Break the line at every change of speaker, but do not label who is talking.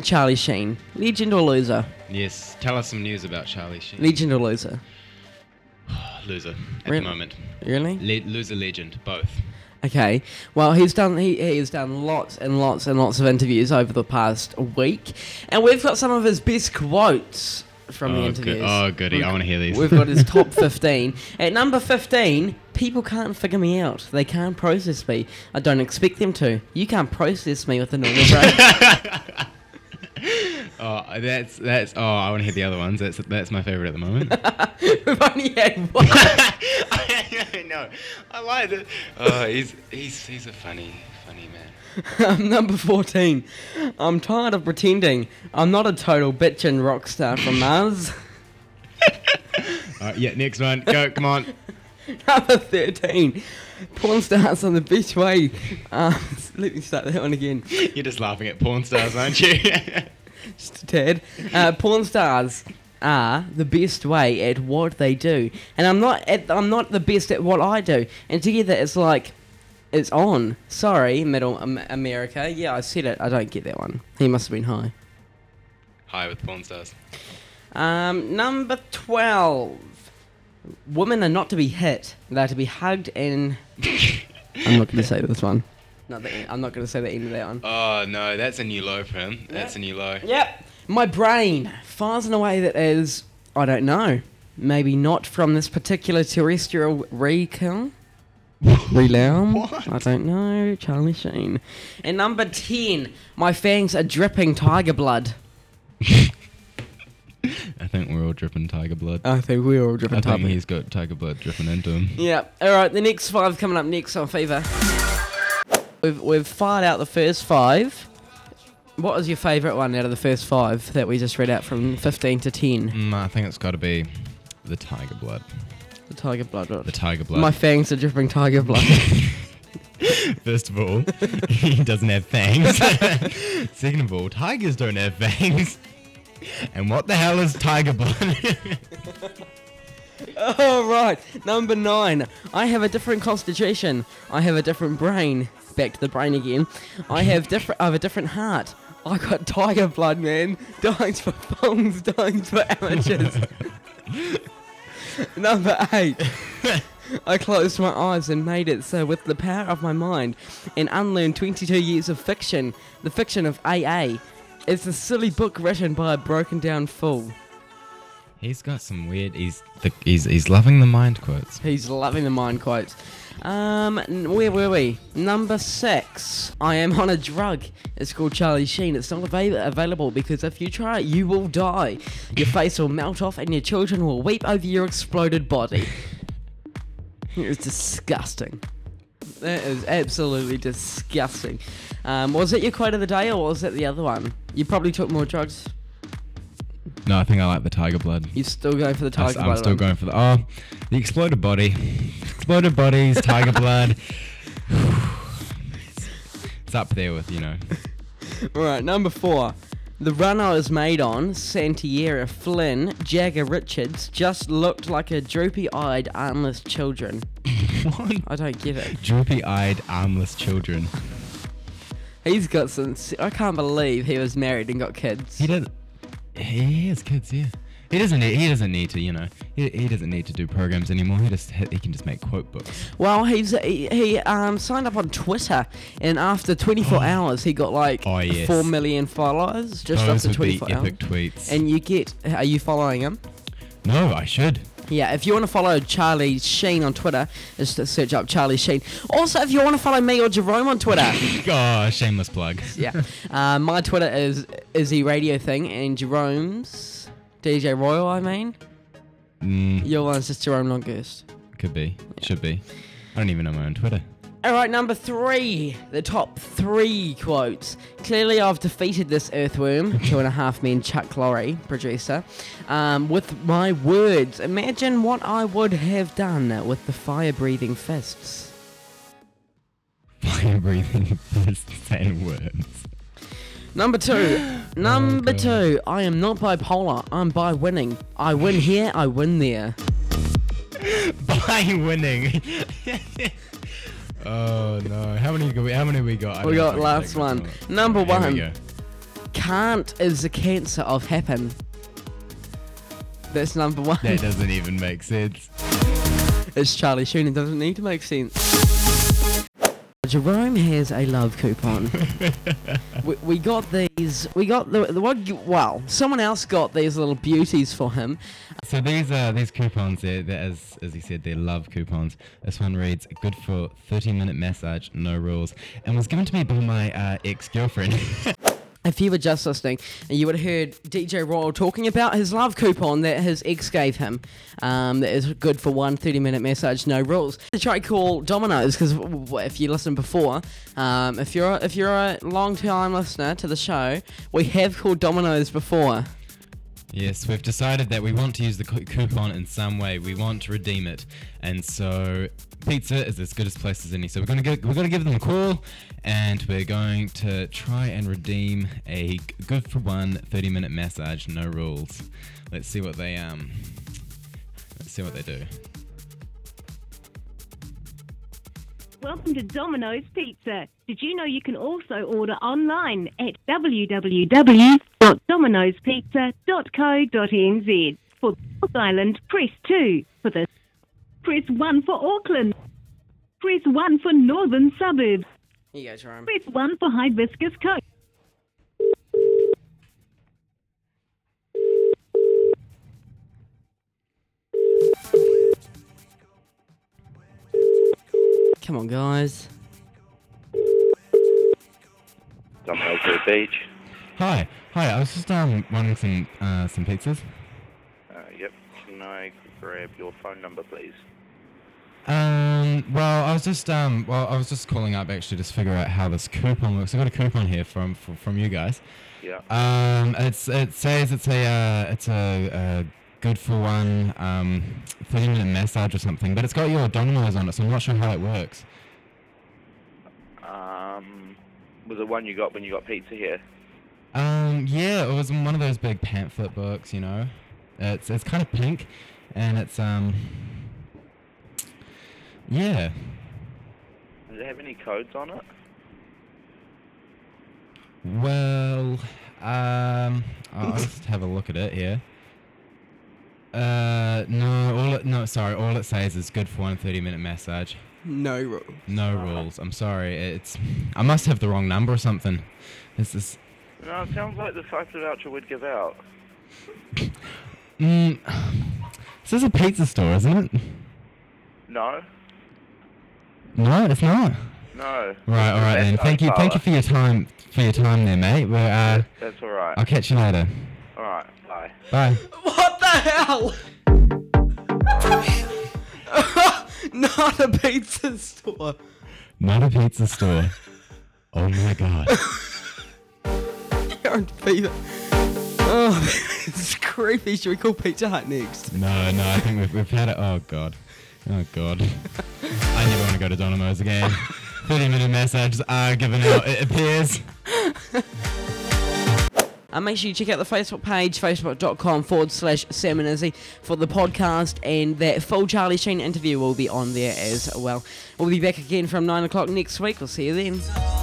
Charlie Sheen, legend or loser?
Yes, tell us some news about Charlie Sheen.
Legend or loser?
loser at
Really?
the moment.
Really?
Le- loser legend, both.
Okay. Well, he's done. He, he has done lots and lots and lots of interviews over the past week, and we've got some of his best quotes from the
Oh, good-
interviews.
oh, goody,
We've
I wanna hear these.
We've got his top fifteen. At number fifteen, people can't figure me out. They can't process me. I don't expect them to. You can't process me with a normal brain.
Oh, that's that's. Oh, I want to hear the other ones. That's that's my favorite at the moment.
we've only had one.
I know. I like that. Oh, he's he's he's a funny funny man.
Um, number 14. I'm tired of pretending. I'm not a total bitch and rock star from Mars.
All right, yeah, next one. Go, come on.
number 13. Porn stars on the best way. Um, let me start that one again.
You're just laughing at porn stars, aren't you?
Just a tad. Uh, porn stars are the best way at what they do. And I'm not at, I'm not the best at what I do. And together it's like it's on. Sorry, Middle Am- America. Yeah, I said it. I don't get that one. He must have been high.
Hi with porn stars.
Um, number 12. Women are not to be hit, they're to be hugged and. I'm not going to say this one. Not the end. I'm not going to say the end of that one.
Oh no, that's a new low for him. That's a new low.
Yep. My brain fires in a way that is, I don't know, maybe not from this particular terrestrial recon. Realm?
What?
I don't know. Charlie Sheen. And number 10. My fangs are dripping tiger blood.
I think we're all dripping tiger blood.
I think we're all dripping
I think he's got tiger blood dripping into him.
Yeah. All right. The next five coming up next on Fever. We've we've fired out the first five. What was your favourite one out of the first five that we just read out from 15 to 10?
Mm, I think it's got to be the tiger blood.
The tiger blood. Rod.
The tiger blood.
My fangs are dripping tiger blood.
First of all, he doesn't have fangs. Second of all, tigers don't have fangs. And what the hell is tiger blood?
All right. Number nine. I have a different constitution. I have a different brain. Back to the brain again. I have different. I have a different heart. I got tiger blood, man. Dimes for fongs, dimes for amateurs. Number eight. I closed my eyes and made it so with the power of my mind and unlearned 22 years of fiction, the fiction of AA. It's a silly book written by a broken down fool.
he's got some weird. He's the, he's he's loving the mind quotes.
He's loving the mind quotes. Um, n- where were we? Number six. I am on a drug. It's called Charlie Sheen. It's not avail- available because if you try it, you will die. Your face will melt off, and your children will weep over your exploded body. It's disgusting. That is absolutely disgusting. Um, was it your quote of the day, or was it the other one? You probably took more drugs.
No, I think I like the tiger blood.
You're still going for the
I
tiger.
am
blood
still
one.
going for the oh, the exploded body, exploded bodies, tiger blood. it's up there with you know.
Alright, number four. The run I was made on, Santiera Flynn, Jagger Richards, just looked like a droopy eyed, armless children.
What?
I don't get it.
Droopy-eyed, armless children.
He's got some. I can't believe he was married and got kids.
He does. He has kids, yeah. He doesn't need. He doesn't need to, you know. He, he doesn't need to do programs anymore. He just he can just make quote books.
Well, he's he, he um, signed up on Twitter, and after 24 hours, he got like
Oh, yes.
4 million followers just
Those
after
would be
24 hours.
epic tweets.
And you get. Are you following him?
no, I should.
Yeah, if you want to follow Charlie Sheen on Twitter, just search up Charlie Sheen. Also, if you want to follow me or Jerome on Twitter,
Oh, shameless plug.
yeah. Uh, my Twitter is Izzy Radio Thing and Jerome's DJ Royal. I mean,
Mm,
your one's just Jerome Longhurst.
could be. Should be. I don't even know my own Twitter.
All right, number three, the top three quotes. Clearly, I've defeated this earthworm, two and a half men, Chuck Lorre, producer, um, with my words. Imagine what I would have done with the fire-breathing fists.
Fire breathing fists and words.
Number two. Number
God.
two. I am not bipolar. I'm by winning. I win here. I win there.
By winning. oh no! How many? Go we, how many we got? I
We
don't
got
think I
last
got
one.
them all.
Number
Here we
one.
go.
Can't is the cancer of happen. That's number one.
That doesn't even make sense.
It's Charlie Sheen. It doesn't need to make sense. Jerome has a love coupon. we, we got these. We got the, the one. you- Well, someone else got these little beauties for him.
So these are these coupons. There, that is, as he said, they're love coupons. This one reads, "Good for 30-minute massage, no rules," and was given to me by my uh, ex-girlfriend.
If you were just listening, you would have heard DJ Royal talking about his love coupon that his ex gave him. Um, that is good for one 30 minute massage, no rules. To try to call Domino's, because if you listened before, um, if you're if you're a long time listener to the show, we have called Domino's before.
yes, we've decided that we want to use the cou- coupon in some way. We want to redeem it, and so pizza is as good as place as any. So we're gonna go, we're gonna give them a call, and we're going to try and redeem a g- good for one 30-minute massage, no rules. Let's see what they um. Let's see what they do.
Welcome to Domino's Pizza. Did you know you can also order online at www.domino'spizza.co.nz? For North Island, press 2. For the press 1 for Auckland. Press 1 for Northern Suburbs.
Here you go, Jerome.
Press 1 for Hibiscus Coast.
Come on, guys.
Domino's Blue Beach.
Hi, hi. I was just um wanting some uh, some pizzas.
Uh, yep. Can I grab your phone number, please?
Um, well, I was just um, well, I was just calling up actually just to figure out how this coupon works. I got a coupon here from from, from you guys.
Yeah.
Um, it's it says it's a uh, it's a, a good for one um, thirty minute massage or something, but it's got your dominoes on it, so I'm not sure how it works. Uh,
Um, was it one you got when you got pizza here?
Um, yeah, it was in one of those big pamphlet books, you know. It's it's kind of pink, and it's um, yeah.
Does it have any codes on it?
Well, um, I'll I'll just have a look at it here. Uh, no, all it, no, sorry, all it says is good for one 30 minute massage.
No rule.
No rules. I'm sorry. It's I must have the wrong number or something. This is
No, it sounds like the type of voucher would give out.
mm, this is a pizza store, isn't it?
No?
No, it's not.
No.
Right, all right then. Thank you, thank you for your time, for your time there, mate. We're, uh,
That's alright.
I'll catch you later.
Alright, bye.
Bye.
What the hell? Not a pizza store.
Not a pizza store. Oh my god.
Aaron Peter. Oh, it's creepy. Should we call Pizza Hut next?
No, no, I think we've, we've had it. Oh, God. Oh, God. I never want to go to Donimo's again. 30 minute messages are given out, it appears.
And make sure you check out the Facebook page, facebook.com forward slash Sam and Izzy for the podcast, and that full Charlie Sheen interview will be on there as well. We'll be back again from 9 o'clock next week. We'll see you then.